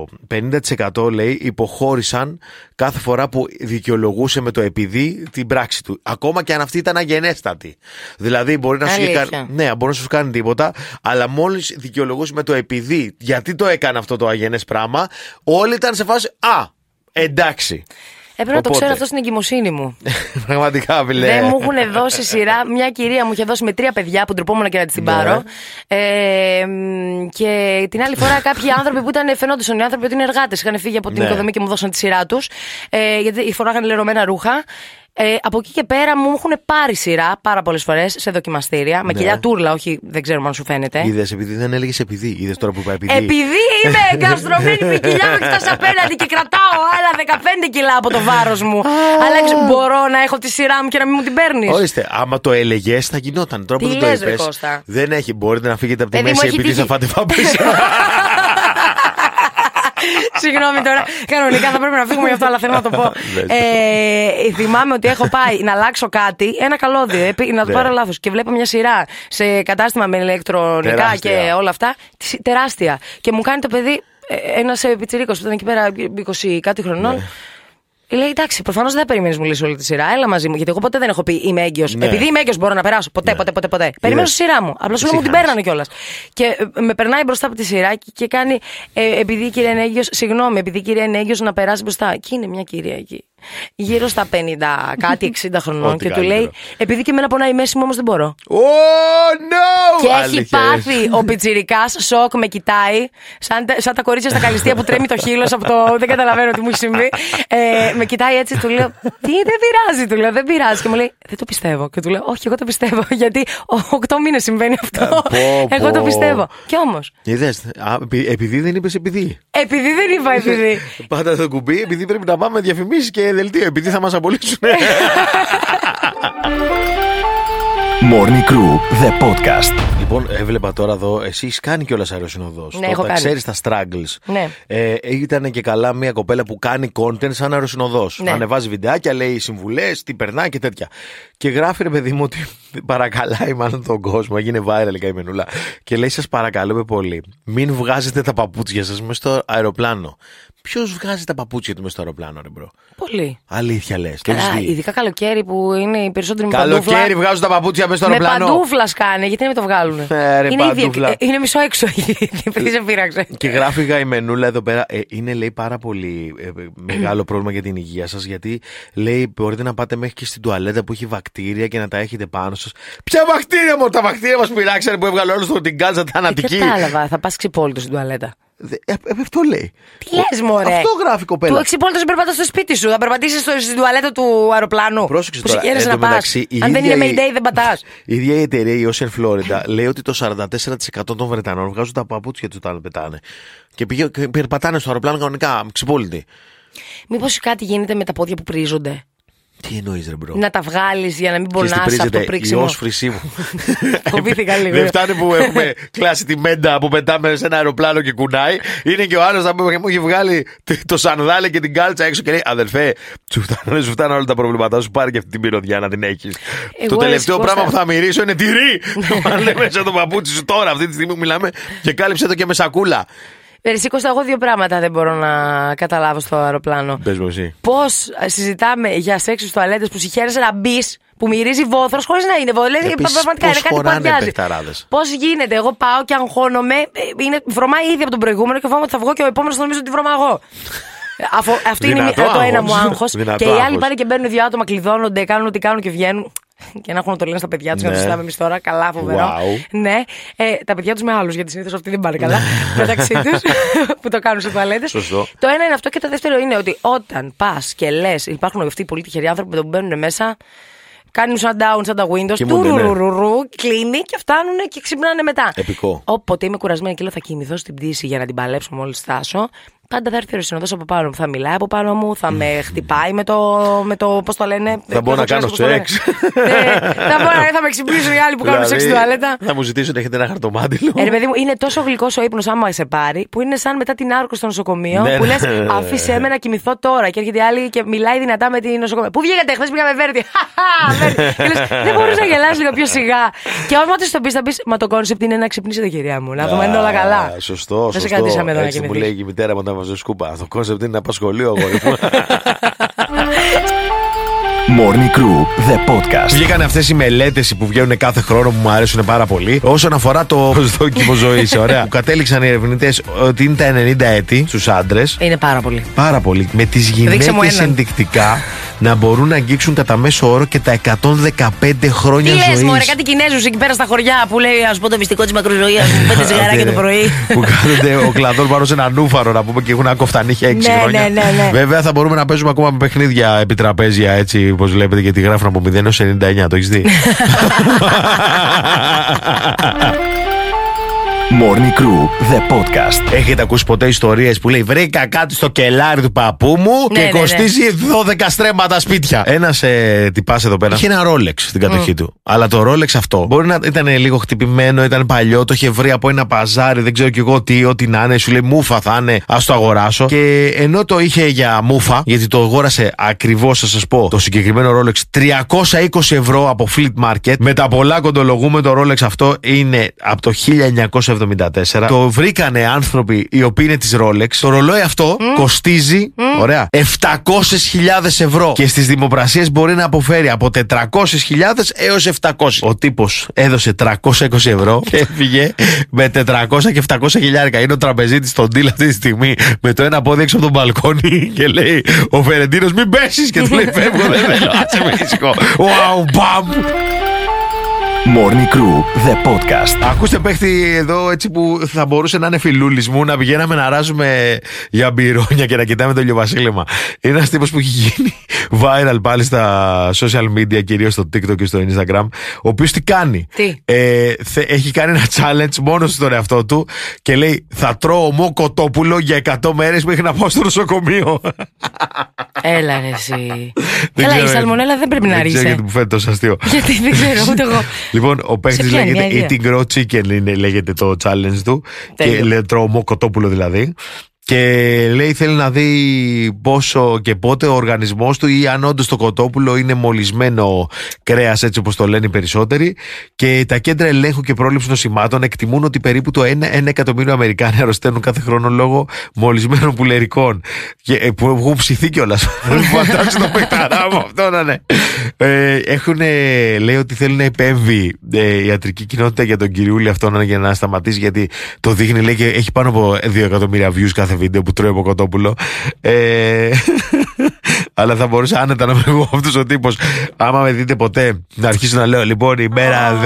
Speaker 4: το 50% λέει υποχώρησαν κάθε φορά που δικαιολογούσε με το επειδή την πράξη του. Ακόμα και αν αυτή ήταν αγενέστατη. Δηλαδή, μπορεί να σου, είχε
Speaker 3: Αλήθεια.
Speaker 4: κάνει, ναι, μπορεί να σου κάνει τίποτα, αλλά μόλις δικαιολογούσε με το επειδή γιατί το έκανε αυτό το αγενές πράγμα, όλοι ήταν σε φάση Α, εντάξει.
Speaker 3: Ε, πρέπει να το
Speaker 4: Οπότε.
Speaker 3: ξέρω αυτό στην εγκυμοσύνη μου.
Speaker 4: Πραγματικά, βλέ.
Speaker 3: Δεν μου έχουν δώσει σειρά. Μια κυρία μου είχε δώσει με τρία παιδιά που ντροπόμουν και να τη την
Speaker 4: Ναι.
Speaker 3: πάρω. Ε, μ, και την άλλη φορά κάποιοι άνθρωποι που ήταν φαινόντουσαν οι άνθρωποι ότι είναι εργάτες. Είχαν φύγει από την
Speaker 4: Ναι.
Speaker 3: οικοδομή και μου δώσαν τη σειρά τους. Ε, γιατί φοράγανε λερωμένα ρούχα. Ε, από εκεί και πέρα μου έχουν πάρει σειρά πάρα πολλές φορές σε δοκιμαστήρια. Με
Speaker 4: Ναι.
Speaker 3: κοιλιά τούρλα, όχι, δεν ξέρουμε αν σου φαίνεται.
Speaker 4: Είδες, επειδή δεν έλεγες επειδή. Είδες τώρα που είπα
Speaker 3: Επειδή είμαι εγκαστρωμένη με κοιλιά με κοιτάς απέναντι και κρατάω άλλα 15 κιλά από το βάρος μου. Αλλά εξ- μπορώ να έχω τη σειρά μου και να μην μου την παίρνεις.
Speaker 4: Ορίστε, άμα το έλεγες, θα γινόταν. Τώρα που
Speaker 3: Τι
Speaker 4: δεν το
Speaker 3: λες, ρε
Speaker 4: είπες.
Speaker 3: Κώστα.
Speaker 4: Δεν έχει. Μπορείτε να φύγετε από τη
Speaker 3: Παιδί μου,
Speaker 4: μέση
Speaker 3: έχει
Speaker 4: επειδή
Speaker 3: τύχει.
Speaker 4: θα φάτε φάπε.
Speaker 3: Συγγνώμη τώρα. Κανονικά θα πρέπει να φύγουμε γι' αυτό, αλλά θέλω να το πω.
Speaker 4: Ναι.
Speaker 3: ε, θυμάμαι ότι έχω πάει να αλλάξω κάτι, ένα καλώδιο, ε, πή- να το
Speaker 4: Ναι.
Speaker 3: πάρω λάθος. Και βλέπω μια σειρά σε κατάστημα με ηλεκτρονικά
Speaker 4: Τεράστια.
Speaker 3: και όλα αυτά. τσι- Τεράστια. Και μου κάνει το παιδί ε, ένας πιτσιρίκος που ήταν εκεί πέρα 20 κάτι χρονών.
Speaker 4: Ναι.
Speaker 3: Λέει, εντάξει, προφανώς δεν θα περιμένεις μου λύσει όλη τη σειρά. Έλα μαζί μου, γιατί εγώ ποτέ δεν έχω πει είμαι έγκυος.
Speaker 4: Ναι.
Speaker 3: Επειδή είμαι έγκυος, μπορώ να περάσω. Ποτέ, ποτέ, ποτέ, ποτέ. Περιμένω στη σειρά μου. Απλά σου λέω
Speaker 4: Εσύ
Speaker 3: μου την
Speaker 4: χάνεις.
Speaker 3: παίρνανε κιόλας. Και ε, με περνάει μπροστά από τη σειρά και, και κάνει, ε, επειδή η κυρία είναι έγκυος, συγγνώμη, επειδή η κυρία είναι έγκυος, να περάσει μπροστά. Και είναι μια κυρία εκεί. γύρω στα 50, κάτι 60 χρονών
Speaker 4: Ό,τι
Speaker 3: και του λέει:
Speaker 4: καλύτερο.
Speaker 3: Επειδή και εμένα πονάει η μέση μου, όμως δεν μπορώ.
Speaker 4: Ω, no!
Speaker 3: Και έχει
Speaker 4: Αλήθεια.
Speaker 3: πάθει ο πιτσιρικάς σοκ, με κοιτάει. Σαν, τα- σαν τα κορίτσια στα καλυστία που τρέμει το χείλος από το. Δεν καταλαβαίνω τι μου έχει συμβεί. Ε, με κοιτάει έτσι, του λέω: Τι, δεν πειράζει, του λέω: Δεν πειράζει. Και μου λέει: Δεν το πιστεύω. Και του λέω: Όχι, εγώ το πιστεύω. Γιατί 8 μήνες συμβαίνει αυτό.
Speaker 4: πω, πω.
Speaker 3: Εγώ το πιστεύω. Και όμω,
Speaker 4: Είδες, α, επει- επειδή δεν είπες επειδή.
Speaker 3: επειδή δεν είπα επειδή.
Speaker 4: Πάντα το κουμπί, επειδή πρέπει να πάμε διαφημίσεις και δελτίο, επειδή θα μας απολύσουν.
Speaker 2: Morning Crew, the podcast.
Speaker 4: λοιπόν, έβλεπα τώρα εδώ, εσύ έχεις κάνει κιόλας αεροσυνοδός.
Speaker 3: Ναι, έχω κάνει.
Speaker 4: ξέρεις τα struggles.
Speaker 3: Ναι.
Speaker 4: Ε, ήταν και καλά μια κοπέλα που κάνει content σαν αεροσυνοδός.
Speaker 3: Ναι.
Speaker 4: Ανεβάζει βιντεάκια, λέει συμβουλές, τι περνά και τέτοια. Και γράφει ρε παιδί μου ότι παρακαλάει μάλλον τον κόσμο, έγινε viral η καημενούλα. Και λέει, σας παρακαλούμε πολύ, μην βγάζετε τα παπούτσια σας μέσα στο αεροπλάνο. Ποιος βγάζει τα παπούτσια του μέσα στο αεροπλάνο, ρε μπρο.
Speaker 3: Πολύ.
Speaker 4: Αλήθεια λες.
Speaker 3: Καλά, ειδικά καλοκαίρι που είναι οι περισσότεροι με παντούφλα.
Speaker 4: Καλοκαίρι βγάζουν τα παπούτσια μέσα στο
Speaker 3: Με
Speaker 4: αεροπλάνο.
Speaker 3: παντούφλα σκάνε, γιατί να μην το βγάλουν.
Speaker 4: Ε, ρε,
Speaker 3: είναι, ήδη-
Speaker 4: παντούφλα.
Speaker 3: ε, είναι μισό έξω εκεί, επειδή σε πείραξε.
Speaker 4: Και γράφει η Γαϊμενούλα εδώ πέρα. ε, είναι λέει πάρα πολύ ε, ε, μεγάλο πρόβλημα για την υγεία σας. Γιατί λέει μπορείτε να πάτε μέχρι και στην τουαλέτα που έχει βακτήρια και να τα έχετε πάνω σας. Ποια βακτήρια μου, τα βακτήρια μας πειράξανε που έβγαλε όλο τον την κάτσα
Speaker 3: Δεν
Speaker 4: θανατική.
Speaker 3: κατάλαβα, θα πας ξυπόλυτο στην τουαλέτα.
Speaker 4: Δε- ε, ε, Αυτό λέει.
Speaker 3: Τι λες, Μωρέ.
Speaker 4: Αυτό γράφει η κοπέλα.
Speaker 3: Του ξυπόλυτο περπατάς στο σπίτι σου, θα περπατήσεις στο- στην τουαλέτα του αεροπλάνου.
Speaker 4: Πρόσεξε
Speaker 3: που
Speaker 4: τώρα.
Speaker 3: συγχαίρεσαι
Speaker 4: εν τω
Speaker 3: να πας.
Speaker 4: μεταξύ, η
Speaker 3: Αν δεν
Speaker 4: ίδια
Speaker 3: είναι
Speaker 4: η-
Speaker 3: Mayday, δεν πατάς.
Speaker 4: Η ίδια η εταιρεία, η Ocean Florida, λέει ότι το 44% των Βρετανών βγάζουν τα παπούτσια τους όταν πετάνε. Και πηγαίνουν- και περπατάνε στο αεροπλάνο κανονικά, ξυπόλυτοι.
Speaker 3: Μήπως κάτι γίνεται με τα πόδια που πρίζονται.
Speaker 4: Τι εννοείς, ρε μπρο.
Speaker 3: Να τα βγάλεις για να μην
Speaker 4: Ξέρεις τι
Speaker 3: πονάς από το
Speaker 4: πρίζεται, Η
Speaker 3: πρίξιμο.
Speaker 4: όσφρησή μου.
Speaker 3: Φοβήθηκα λίγο.
Speaker 4: Δεν φτάνει που έχουμε κλάσει τη μέντα που πετάμε σε ένα αεροπλάνο και κουνάει. Είναι και ο άλλος να μου έχει βγάλει το σανδάλι και την κάλτσα έξω και λέει Αδελφέ, σου φτάνουν, σου φτάνουν όλα τα προβλήματά σου. Πάρε και αυτή την πυροδιά να την έχεις.
Speaker 3: Εγώ,
Speaker 4: Το τελευταίο
Speaker 3: Αλέξη,
Speaker 4: πράγμα που
Speaker 3: Κώστα.
Speaker 4: θα μυρίσω είναι τυρί. Βάλε μέσα το παπούτσι σου τώρα, αυτή τη στιγμή που μιλάμε, και κάλυψε το και με σακούλα.
Speaker 3: Εσύ Κώστα, εγώ δύο πράγματα δεν μπορώ να καταλάβω στο αεροπλάνο.
Speaker 4: Πες μου εσύ.
Speaker 3: Πώς συζητάμε για σεξ στου τουαλέτες που συγχαίρεσαι να μπεις, που μυρίζει βόθρος χωρίς να είναι βόθρος. Δηλαδή,
Speaker 4: Επίσης,
Speaker 3: πραγματικά
Speaker 4: πώς
Speaker 3: είναι κάτι που
Speaker 4: χωράνε
Speaker 3: αδειάζει.
Speaker 4: παιχταράδες.
Speaker 3: Πώς γίνεται, εγώ πάω και αγχώνομαι, ε, είναι βρωμάει ήδη από τον προηγούμενο και φοβάμαι ότι θα βγω και ο επόμενος θα νομίζω ότι βρωμά εγώ. Ε, αφο- αυτό είναι
Speaker 4: Δυνατό
Speaker 3: ε, το ένα
Speaker 4: άγχος.
Speaker 3: μου άγχος.
Speaker 4: Δυνατό
Speaker 3: Και οι άλλοι
Speaker 4: άγχος.
Speaker 3: πάνε και μπαίνουν δύο άτομα, κλειδώνονται, κάνουν ό,τι κάνουν και βγαίνουν. Και να έχουν να το λένε στα παιδιά τους, για να
Speaker 4: Ναι.
Speaker 3: του συζητάμε εμείς τώρα. Καλά, φοβερό.
Speaker 4: Wow.
Speaker 3: Ναι. Ε, τα παιδιά τους με άλλους, γιατί συνήθως αυτοί δεν πάνε καλά μεταξύ τους που το κάνουν σε τουαλέτες.
Speaker 4: Ναι. Σωστό.
Speaker 3: Το ένα είναι αυτό και το δεύτερο είναι ότι όταν πας και λες, υπάρχουν αυτοί οι πολύ τυχεροί άνθρωποι που μπαίνουν μέσα, κάνουν shutdown σαν τα Windows, του
Speaker 4: Κοιμούνται, ναι.
Speaker 3: κλείνει και φτάνουν και ξυπνάνε μετά.
Speaker 4: Επικό.
Speaker 3: Όποτε είμαι κουρασμένη και λέω θα κοιμηθώ στην πτήση για να την παλέψω μόλις φτάσω, πάντα θα έρθει ο συνοδό από πάνω μου. Θα μιλάει από πάνω μου, θα με χτυπάει με το. Με το πώς το λένε.
Speaker 4: Θα μπορώ να
Speaker 3: Ε, ξέρω
Speaker 4: κάνω
Speaker 3: πώς το λένε.
Speaker 4: σεξ.
Speaker 3: Ναι, θα, μπορώ, να- θα με ξυπνήσουν οι άλλοι που κάνουν σεξ στην
Speaker 4: Δηλαδή,
Speaker 3: τουαλέτα.
Speaker 4: Θα μου ζητήσουν, έχετε ένα χαρτομάτιλο.
Speaker 3: Ε, ρε παιδί μου, είναι τόσο γλυκός ο ύπνος άμα σε πάρει, που είναι σαν μετά την άρκο στο νοσοκομείο.
Speaker 4: Ναι,
Speaker 3: που
Speaker 4: ναι.
Speaker 3: λες, αφήσε με να κοιμηθώ τώρα. Και έρχεται η άλλη και μιλάει δυνατά με την νοσοκομεία. Πού βγήκατε, χθες πήγαμε βέρτη. Χαχα, Verdi. Και λες, δεν μπορούσε να γελάσει λίγο πιο σιγά. Και όμω όταν στο πει, θα πει, Μα το κόνσεπτ είναι να ξυπνήσετε, κυρία μου. Να δούμε αν είναι όλα καλά.
Speaker 4: Α, Σωστό,
Speaker 3: Δεν σε
Speaker 4: σωστό.
Speaker 3: κρατήσαμε εδώ να
Speaker 4: Έτσι μου
Speaker 3: κοιμηθείς.
Speaker 4: λέει και η μητέρα μου όταν βάζω σκούπα. Το κόνσεπτ είναι να πας σχολείο, αγόρι μου.
Speaker 2: Morning Crew, the podcast.
Speaker 4: Βγήκαν αυτές οι μελέτες που βγαίνουν κάθε χρόνο που μου αρέσουν πάρα πολύ. Όσον αφορά το προσδόκιμο ζωής, ωραία. που κατέληξαν οι ερευνητές ότι είναι τα 90 έτη στους άντρες.
Speaker 3: Είναι πάρα πολύ.
Speaker 4: Πάρα πολύ. Με τις
Speaker 3: Δείξε μου
Speaker 4: γυναίκες
Speaker 3: έναν.
Speaker 4: ενδεικτικά να μπορούν να αγγίξουν κατά μέσο όρο και τα 115
Speaker 3: Τι
Speaker 4: χρόνια ζωή.
Speaker 3: λε, Μωρέ, κάτι Κινέζους εκεί πέρα στα χωριά που λέει Ας πω το μυστικό της μακροζωίας, πέντε σιγαράκια το πρωί.
Speaker 4: που κάθονται ο κλαδόν πάνω σε ένα νούφαρο να πούμε και έχουν ένα κοφτανίχια 6
Speaker 3: Ναι,
Speaker 4: χρόνια.
Speaker 3: ναι, ναι, ναι.
Speaker 4: Βέβαια θα μπορούμε να παίζουμε ακόμα με παιχνίδια επί τραπέζια έτσι όπως βλέπετε γιατί γράφουν από 0 έω 99. Το έχεις δει.
Speaker 2: Morning Crew, the podcast.
Speaker 4: Έχετε ακούσει ποτέ ιστορίες που λέει Βρήκα κάτι στο κελάρι του παππού μου
Speaker 3: Ναι,
Speaker 4: και
Speaker 3: ναι, ναι.
Speaker 4: κοστίζει 12 στρέμματα σπίτια. Ένας ε, τυπάς εδώ πέρα είχε ένα ρόλεξ στην
Speaker 3: Ναι.
Speaker 4: κατοχή του. Αλλά το ρόλεξ αυτό μπορεί να ήταν λίγο χτυπημένο, ήταν παλιό, το είχε βρει από ένα παζάρι, δεν ξέρω κι εγώ τι, ό,τι να είναι. Σου λέει μούφα θα είναι, ας το αγοράσω. Και ενώ το είχε για μούφα, γιατί το αγόρασε ακριβώς, θα σας πω, το συγκεκριμένο ρόλεξ 320 ευρώ από Fleet Market. Με τα πολλά κοντολογούμε το ρόλεξ αυτό είναι από το 1974. Το βρήκανε άνθρωποι οι οποίοι είναι της Rolex. Το ρολόι αυτό κοστίζει, ωραία, 700.000 ευρώ. Και στις δημοπρασίες μπορεί να αποφέρει από 400.000 έω 700. Ο τύπος έδωσε 320 ευρώ και έφυγε με 400 και 700 χιλιάρικα. Είναι ο τραπεζίτης στον deal αυτή τη στιγμή με το ένα πόδι έξω από τον μπαλκόνι και λέει: Ο Φερεντίνος, μην πέσεις! Και του λέει: Φεύγω, δεν θέλω. Άτσε με ησυχό. Wow, μπαμ!
Speaker 2: Morning Crew, the podcast.
Speaker 4: Ακούστε παίχτη εδώ έτσι που θα μπορούσε να είναι φιλούλης μου να πηγαίναμε να ράζουμε για μπυρόνια και να κοιτάμε το ηλιοβασίλεμα. Είναι ένας τύπος που έχει γίνει viral πάλι στα social media, κυρίως στο TikTok και στο Instagram. Ο οποίος τι κάνει.
Speaker 3: Τι?
Speaker 4: Ε, θε- έχει κάνει ένα challenge μόνο στον εαυτό του και λέει: Θα τρώω ομό κοτόπουλο για 100 μέρες μέχρι να πάω στο νοσοκομείο.
Speaker 3: Έλα ρε εσύ.
Speaker 4: Δεν
Speaker 3: Έλα, η
Speaker 4: ξέρω,
Speaker 3: σαλμονέλα δεν πρέπει να
Speaker 4: Δεν ξέρω
Speaker 3: ρίσει.
Speaker 4: γιατί μου φαίνεται τόσο αστείο.
Speaker 3: Γιατί δεν ξέρω, ούτε εγώ.
Speaker 4: Λοιπόν, ο παίκτη
Speaker 3: Σε πιάνει
Speaker 4: λέγεται
Speaker 3: η
Speaker 4: Eating Raw Chicken, είναι, λέγεται το challenge του.
Speaker 3: Τέλειο.
Speaker 4: Και λέει, τρώω ομό κοτόπουλο δηλαδή. Και λέει θέλει να δει πόσο και πότε ο οργανισμός του ή αν όντως το κοτόπουλο είναι μολυσμένο κρέας, έτσι όπως το λένε οι περισσότεροι. Και τα κέντρα ελέγχου και πρόληψη νοσημάτων εκτιμούν ότι περίπου το 1, εκατομμύριο Αμερικάνοι αρρωσταίνουν κάθε χρόνο λόγω μολυσμένων πουλερικών. Και, ε, που έχουν ψηθεί κιόλας. Φαντάζομαι το παιχταρά μου αυτό να είναι. Ε, έχουν, ε, λέει ότι θέλει να επέμβει ε, η ιατρική κοινότητα για τον κυριούλη αυτόν για να σταματήσει γιατί το δείχνει λέει και έχει πάνω από 2 εκατομμύρια views κάθε βίντεο που τρώει από κοτόπουλο ε, αλλά θα μπορούσε άνετα να είμαι εγώ αυτός ο τύπος άμα με δείτε ποτέ να αρχίσω να λέω λοιπόν η μέρα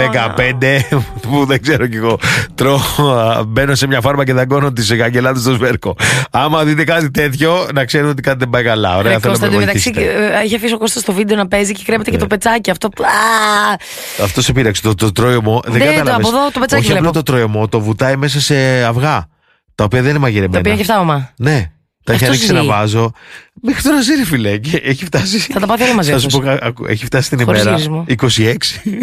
Speaker 4: 15 που δεν ξέρω κι εγώ τρώω α, μπαίνω σε μια φάρμα και δαγκώνω τις καγκελάδες στο σβέρκο άμα δείτε κάτι τέτοιο να ξέρετε ότι κάτι δεν πάει καλά ωραία
Speaker 3: Ρε
Speaker 4: θέλω
Speaker 3: Κώστα,
Speaker 4: να
Speaker 3: εν τω
Speaker 4: με
Speaker 3: μεταξύ,
Speaker 4: βοηθήσετε. Ναι.
Speaker 3: ε, έχει αφήσει ο Κώστας το βίντεο να παίζει και κρέμεται και το πετσάκι αυτό. που- Α!
Speaker 4: Αυτό σε πείραξε. Το, το τρώει ομό. Δεν,
Speaker 3: Δεν, Ναι, το
Speaker 4: κατάλαβες.
Speaker 3: από εδώ το πετσάκι
Speaker 4: Όχι απλά
Speaker 3: βλέπω.
Speaker 4: το τρώει ομό, το βουτάει μέσα σε αυγά. Τα οποία δεν είναι
Speaker 3: Τα
Speaker 4: μαγειρεμένα.
Speaker 3: πήγα και φτάμα.
Speaker 4: Ναι. Τα έχει
Speaker 3: Αυτό
Speaker 4: ανοίξει
Speaker 3: ζει.
Speaker 4: να βάζω. Μέχρι τώρα ζει, ρε φιλέ. Και έχει φτάσει.
Speaker 3: Θα τα πάθει όλα μαζί
Speaker 4: Θα σου
Speaker 3: αυτός.
Speaker 4: πω, κα- ακού- έχει φτάσει την
Speaker 3: Χωρίς
Speaker 4: ημέρα.
Speaker 3: γυρισμό.
Speaker 4: 26.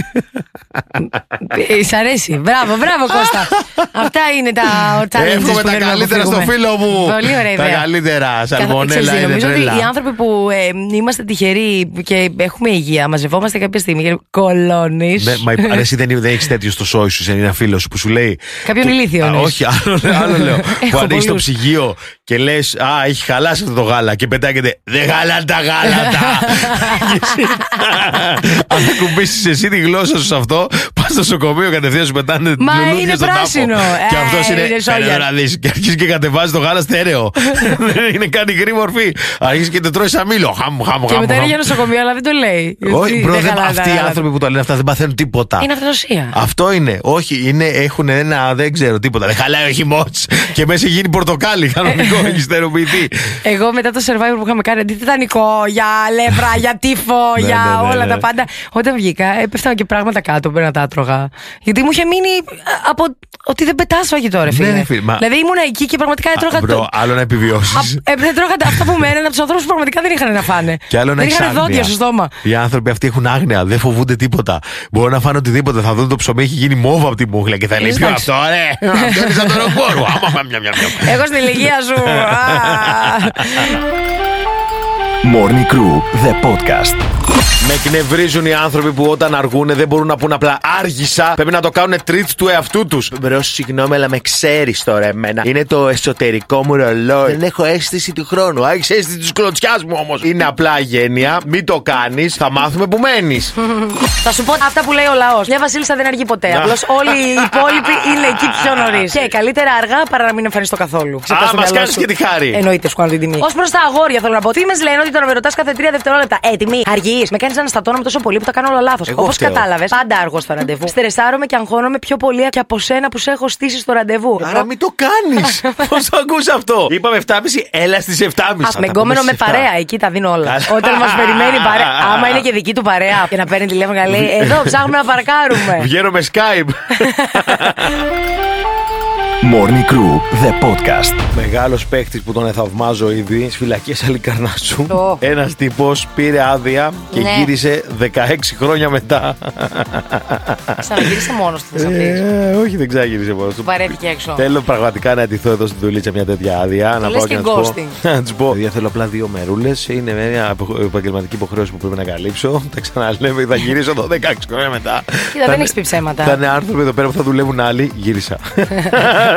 Speaker 3: Ε, Σ' αρέσει. Μπράβο, μπράβο Κώστα. Αυτά είναι τα challenges που
Speaker 4: Εύχομαι τα
Speaker 3: θέλουμε να
Speaker 4: καλύτερα στο
Speaker 3: αποφύγουμε.
Speaker 4: φίλο μου.
Speaker 3: Πολύ ωραία
Speaker 4: Τα
Speaker 3: ιδέα.
Speaker 4: καλύτερα.
Speaker 3: Καθα- ξέρεις
Speaker 4: Σαλμονέλα
Speaker 3: τι,
Speaker 4: είναι
Speaker 3: Νομίζω ότι οι
Speaker 4: τρελά.
Speaker 3: άνθρωποι που ε, είμαστε τυχεροί και έχουμε υγεία, μαζευόμαστε κάποια στιγμή και κολώνεις.
Speaker 4: Ναι, μα υπά- ρε, εσύ δεν, είναι- δεν έχεις τέτοιο στο σόι σου, σε ένα φίλο που σου λέει.
Speaker 3: Κάποιον
Speaker 4: που-
Speaker 3: ηλίθιο
Speaker 4: Α,
Speaker 3: εννοείς.
Speaker 4: Όχι, άλλο, άλλο λέω. που
Speaker 3: Έχω
Speaker 4: ανοίγει το
Speaker 3: πολλούς.
Speaker 4: ψυγείο και λες, Α, έχει χαλάσει αυτό το γάλα. Και πετάγεται, Δεν γάλα τα γάλατα. Και εσύ, Αν κουμπίσεις εσύ τη γλώσσα σου σε αυτό, πα στο νοσοκομείο κατευθείαν σου πετάνε
Speaker 3: Μα
Speaker 4: λουλούδια
Speaker 3: είναι
Speaker 4: στον τάφο.
Speaker 3: πράσινο.
Speaker 4: Και
Speaker 3: Ε,
Speaker 4: αυτό είναι.
Speaker 3: είναι σόγια.
Speaker 4: «Περίμενε να δεις». Και αρχίζεις και κατεβάζεις το γάλα στέρεο. Δεν είναι κάτι γκρι μορφή. Αρχίζεις και το τρώεις σαν μήλο. Χαμ, χαμ,
Speaker 3: Και
Speaker 4: χαμ,
Speaker 3: μετά είναι
Speaker 4: χαμ.
Speaker 3: για νοσοκομείο, αλλά δεν το λέει.
Speaker 4: Όχι,
Speaker 3: Δεν
Speaker 4: bro, δεν-
Speaker 3: καλά,
Speaker 4: αυτοί οι
Speaker 3: καλά.
Speaker 4: άνθρωποι που τα λένε αυτά δεν παθαίνουν τίποτα.
Speaker 3: Είναι αυτονοσία.
Speaker 4: Αυτό είναι. Όχι, είναι, έχουν ένα δεν ξέρω τίποτα. Δεν χαλάει ο χυμός και μέσα έχει γίνει πορτοκάλι. Κανονικό, έχει στεροποιηθεί.
Speaker 3: Εγώ μετά το survivor που είχαμε κάνει, αντί τιτανικό, για λεύρα, για τύφο,
Speaker 4: Ναι, ναι,
Speaker 3: για
Speaker 4: ναι,
Speaker 3: όλα
Speaker 4: ναι.
Speaker 3: τα πάντα. Όταν βγήκα, ε, πέφτανε και πράγματα κάτω που να τα άτρωγα. Γιατί μου είχε μείνει α, από ότι δεν πετά φαγητό, ρε
Speaker 4: Ναι,
Speaker 3: φίλε.
Speaker 4: ρε φίλε, μα-
Speaker 3: Δηλαδή ήμουν εκεί και πραγματικά έτρωγα.
Speaker 4: Μπρο,
Speaker 3: το-
Speaker 4: άλλο να επιβιώσεις.
Speaker 3: Α, ε, δεν τρώγα τα- αυτά που μένανε από τους ανθρώπους που πραγματικά δεν είχαν να φάνε.
Speaker 4: Και άλλο να
Speaker 3: δεν
Speaker 4: έχει
Speaker 3: είχαν δόντια στο στόμα.
Speaker 4: Οι άνθρωποι αυτοί έχουν άγνοια, δεν φοβούνται τίποτα. Μπορούν να φάνε οτιδήποτε. Θα δουν το ψωμί, έχει γίνει μόβα από τη μούχλα και θα λέει
Speaker 3: Ε,
Speaker 4: Ποιο
Speaker 3: εντάξει.
Speaker 4: αυτό, ρε! Αυτό είναι σαν το ροκόρο. Άμα, μα, μια, μια, μια.
Speaker 3: Εγώ στην ηλικία σου. α.
Speaker 2: Morning Crew, the podcast.
Speaker 4: Με εκνευρίζουν οι άνθρωποι που όταν αργούν δεν μπορούν να πούν απλά άργησα. Πρέπει να το κάνουν τρίτ του εαυτού τους.
Speaker 1: Μπρο, συγγνώμη, αλλά με ξέρεις τώρα εμένα. Είναι το εσωτερικό μου ρολόι. Δεν έχω αίσθηση του χρόνου.
Speaker 4: Έχει αίσθηση της κλωτσιάς μου όμως. Είναι απλά γένεια. Μην το κάνεις. Θα μάθουμε που μένεις.
Speaker 3: Θα σου πω αυτά που λέει ο λαός. Μια Βασίλισσα δεν αργεί ποτέ. Απλώς όλοι οι υπόλοιποι είναι εκεί πιο νωρίς. Και καλύτερα αργά παρά να μην εμφανιστώ καθόλου. Ξεπεράς το
Speaker 4: μας
Speaker 3: μυαλό
Speaker 4: κάνεις
Speaker 3: σου.
Speaker 4: και τη χάρη.
Speaker 3: Εννοείται, σου κάνω την τιμή. Ως προς τα αγόρια, θέλω να πω. Τι με λένε ότι τώρα με ρωτά κάθε τρία δευτερόλεπτα. Ε, τιμή, αργείς. Με κάνεις αναστατώνομαι τόσο πολύ που τα κάνω όλα λάθος.
Speaker 4: Εγώ
Speaker 3: Όπως
Speaker 4: φταίω.
Speaker 3: κατάλαβες, πάντα αργώ στο ραντεβού. Στερεσάρομαι και αγχώνομαι πιο πολύ και από σένα που σε έχω στήσει στο ραντεβού.
Speaker 4: Άρα μην το κάνεις. Πώς το ακούς αυτό. Είπαμε 7.30, έλα στις 7.30.
Speaker 3: Α, με γκόμενο με παρέα, εκεί τα δίνω όλα.
Speaker 4: Καλά.
Speaker 3: Όταν μας περιμένει η παρέα. Άμα είναι και δική του παρέα και να παίρνει τηλέφωνο και να λέει Εδώ ψάχνουμε να παρκάρουμε.
Speaker 4: Βγαίνω με Skype.
Speaker 2: Morning Crew, the podcast.
Speaker 4: Μεγάλος παίκτης που τον θαυμάζω ήδη στις φυλακές Αλικαρνάσου.
Speaker 3: Ω.
Speaker 4: Ένας τύπο πήρε άδεια και
Speaker 3: Ναι.
Speaker 4: γύρισε 16 χρόνια μετά.
Speaker 3: Ξαναγύρισε μόνος του, θα πεις.
Speaker 4: Ε, όχι, δεν ξάγυρισε μόνος του.
Speaker 3: Βαρέθηκε έξω.
Speaker 4: Θέλω πραγματικά να ετηθώ εδώ στην δουλίτσα μια τέτοια άδεια. να
Speaker 3: λες
Speaker 4: πάω
Speaker 3: και
Speaker 4: και, να τους
Speaker 3: ghosting.
Speaker 4: πω. να τους πω. Παιδιά, θέλω απλά δύο μερούλες. Είναι μια απο- επαγγελματική υποχρέωση που πρέπει να καλύψω. Τα ξαναλέμε, θα γυρίσω εδώ 16 χρόνια μετά.
Speaker 3: Κοίτα,
Speaker 4: Θα
Speaker 3: δεν
Speaker 4: είναι-
Speaker 3: έχεις πει ψέματα.
Speaker 4: Θα είναι άνθρωποι εδώ πέρα που θα δουλεύουν άλλοι. Γύρισα.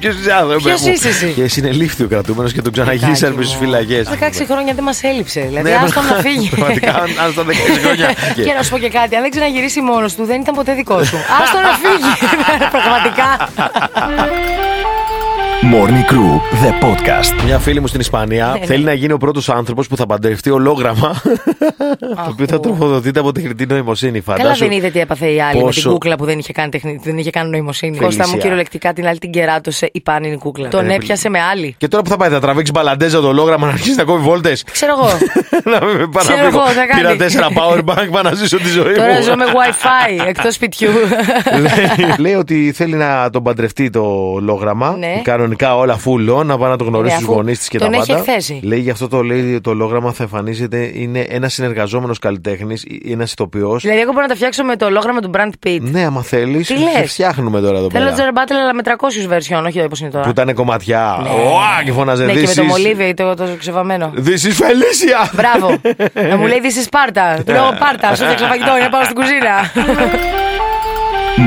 Speaker 4: Ποιος είσαι άνθρωπο.
Speaker 3: Ποιος είσαι εσύ?
Speaker 4: Και συνελήφθη ο κρατούμενος και τον
Speaker 3: Τάκι
Speaker 4: ξαναγύρισαν
Speaker 3: μου.
Speaker 4: στι φυλακέ.
Speaker 3: 16 χρόνια δεν μας έλειψε. Δηλαδή,
Speaker 4: Ναι,
Speaker 3: άστον
Speaker 4: μα-
Speaker 3: να φύγει.
Speaker 4: πραγματικά, αν- αν στα 16 χρόνια.
Speaker 3: Και να σου πω και κάτι, αν δεν ξαναγυρίσει μόνος του, δεν ήταν ποτέ δικό σου. Άστον να φύγει. Πραγματικά.
Speaker 2: Morning Crew, the podcast.
Speaker 4: Μια φίλη μου στην Ισπανία
Speaker 3: ναι.
Speaker 4: θέλει να γίνει ο πρώτος άνθρωπος που θα παντρευτεί ολόγραμμα. το οποίο θα
Speaker 3: Αχ.
Speaker 4: τροφοδοτείται από τη χρητή νοημοσύνη,
Speaker 3: Καλά
Speaker 4: φαντάσου.
Speaker 3: δεν είδε τι έπαθε η άλλη με
Speaker 4: πόσο-
Speaker 3: την κούκλα που δεν είχε καν, τεχνη... δεν είχε καν νοημοσύνη.
Speaker 4: Φελίσια.
Speaker 3: Κώστα μου κυριολεκτικά την άλλη την κεράτωσε η πάνινη κούκλα. Τον
Speaker 4: Ρε,
Speaker 3: έπιασε με άλλη.
Speaker 4: Και τώρα που θα πάει, θα τραβήξει μπαλαντέζα το ολόγραμμα να αρχίσει να κόβει βόλτες.
Speaker 3: Ξέρω εγώ.
Speaker 4: να μην με
Speaker 3: Ξέρω εγώ, θα κάνει.
Speaker 4: Πήρα τέσσερα power bank πάω να ζήσω τη ζωή
Speaker 3: Τώρα
Speaker 4: μου.
Speaker 3: ζω με wifi εκτός σπιτιού.
Speaker 4: λέει, λέει ότι θέλει να τον παντρευτεί το ολόγραμμα.
Speaker 3: Ναι.
Speaker 4: Κανονικά όλα φούλο, να πάει να το γνωρίσει
Speaker 3: Ρε,
Speaker 4: τους
Speaker 3: αφού
Speaker 4: γονείς της και
Speaker 3: τον
Speaker 4: τα
Speaker 3: έχει
Speaker 4: πάντα.
Speaker 3: εκθέσει.
Speaker 4: Λέει γι' αυτό το, λέει, το ολόγραμμα θα εμφανίζεται. Είναι ένας συνεργαζόμενος καλλιτέχνης, ένας ηθοποιός.
Speaker 3: δηλαδή, εγώ μπορώ να τα φτιάξω με το ολόγραμμα του Brand Pitt.
Speaker 4: Ναι, άμα θέλεις.
Speaker 3: Τι λες?
Speaker 4: φτιάχνουμε τώρα εδώ
Speaker 3: Θέλω
Speaker 4: πέρα.
Speaker 3: Τζορ Μπάτλερ, αλλά με 300 version, όχι όπως είναι
Speaker 4: Που
Speaker 3: τώρα.
Speaker 4: ήταν κομματιά. Ωα, και φώναζε
Speaker 3: Ναι, και με
Speaker 4: «This
Speaker 3: το
Speaker 4: is-
Speaker 3: μολύβι ή το, το ξεβαμένο.
Speaker 4: This is Felicia.
Speaker 3: Μπράβο. να μου λέει This is Sparta. Του λέω Πάρτα, σου έφτιαξα φαγητό, είναι πάω στην κουζίνα.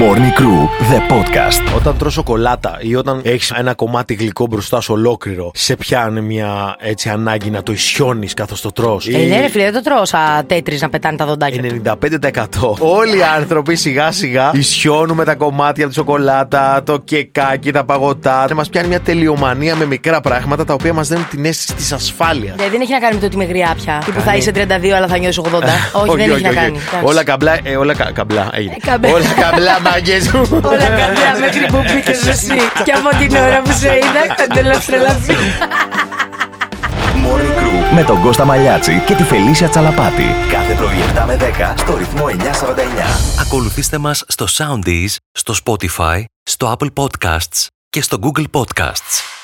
Speaker 2: Morning Crew, the podcast.
Speaker 4: Όταν τρως σοκολάτα ή όταν έχεις ένα κομμάτι γλυκό μπροστά σου ολόκληρο, σε πιάνει μια έτσι ανάγκη να το ισιώνεις καθώς το τρώ.
Speaker 3: ε, ναι, ρε φίλε, δεν το τρώω σαν τέτρις να πετάνε τα δοντάκια. του.
Speaker 4: 95% Όλοι οι άνθρωποι σιγά σιγά ισιώνουμε τα κομμάτια τη σοκολάτα, το κεκάκι, τα παγωτά. Μας πιάνει μια τελειομανία με μικρά πράγματα τα οποία μας δίνουν την αίσθηση της ασφάλειας.
Speaker 3: Δηλαδή δεν έχει να κάνει με το ότι είμαι γριά πια. Ή που θα είσαι 32 αλλά θα νιώσεις 80. ναι. όχι, δεν έχει να κάνει. Εντάξει.
Speaker 4: Όλα καμπλά. Ε, όλα κα, καμπλά. έγινε.
Speaker 3: Ε, καμπλά.
Speaker 4: Όλα καμπλά, μάγκες μου.
Speaker 3: Όλα καλά μέχρι που μπήκες εσύ. Και από την ώρα που σε είδα, θα τελαυστρελαθεί.
Speaker 2: Morning Crew με τον Κώστα Μαλιάτση και τη Φελίσια Τσαλαπάτη. Κάθε πρωί 7 με 10 στο ρυθμό 949.
Speaker 5: Ακολουθήστε μας στο Soundees, στο Spotify, στο Apple Podcasts και στο Google Podcasts.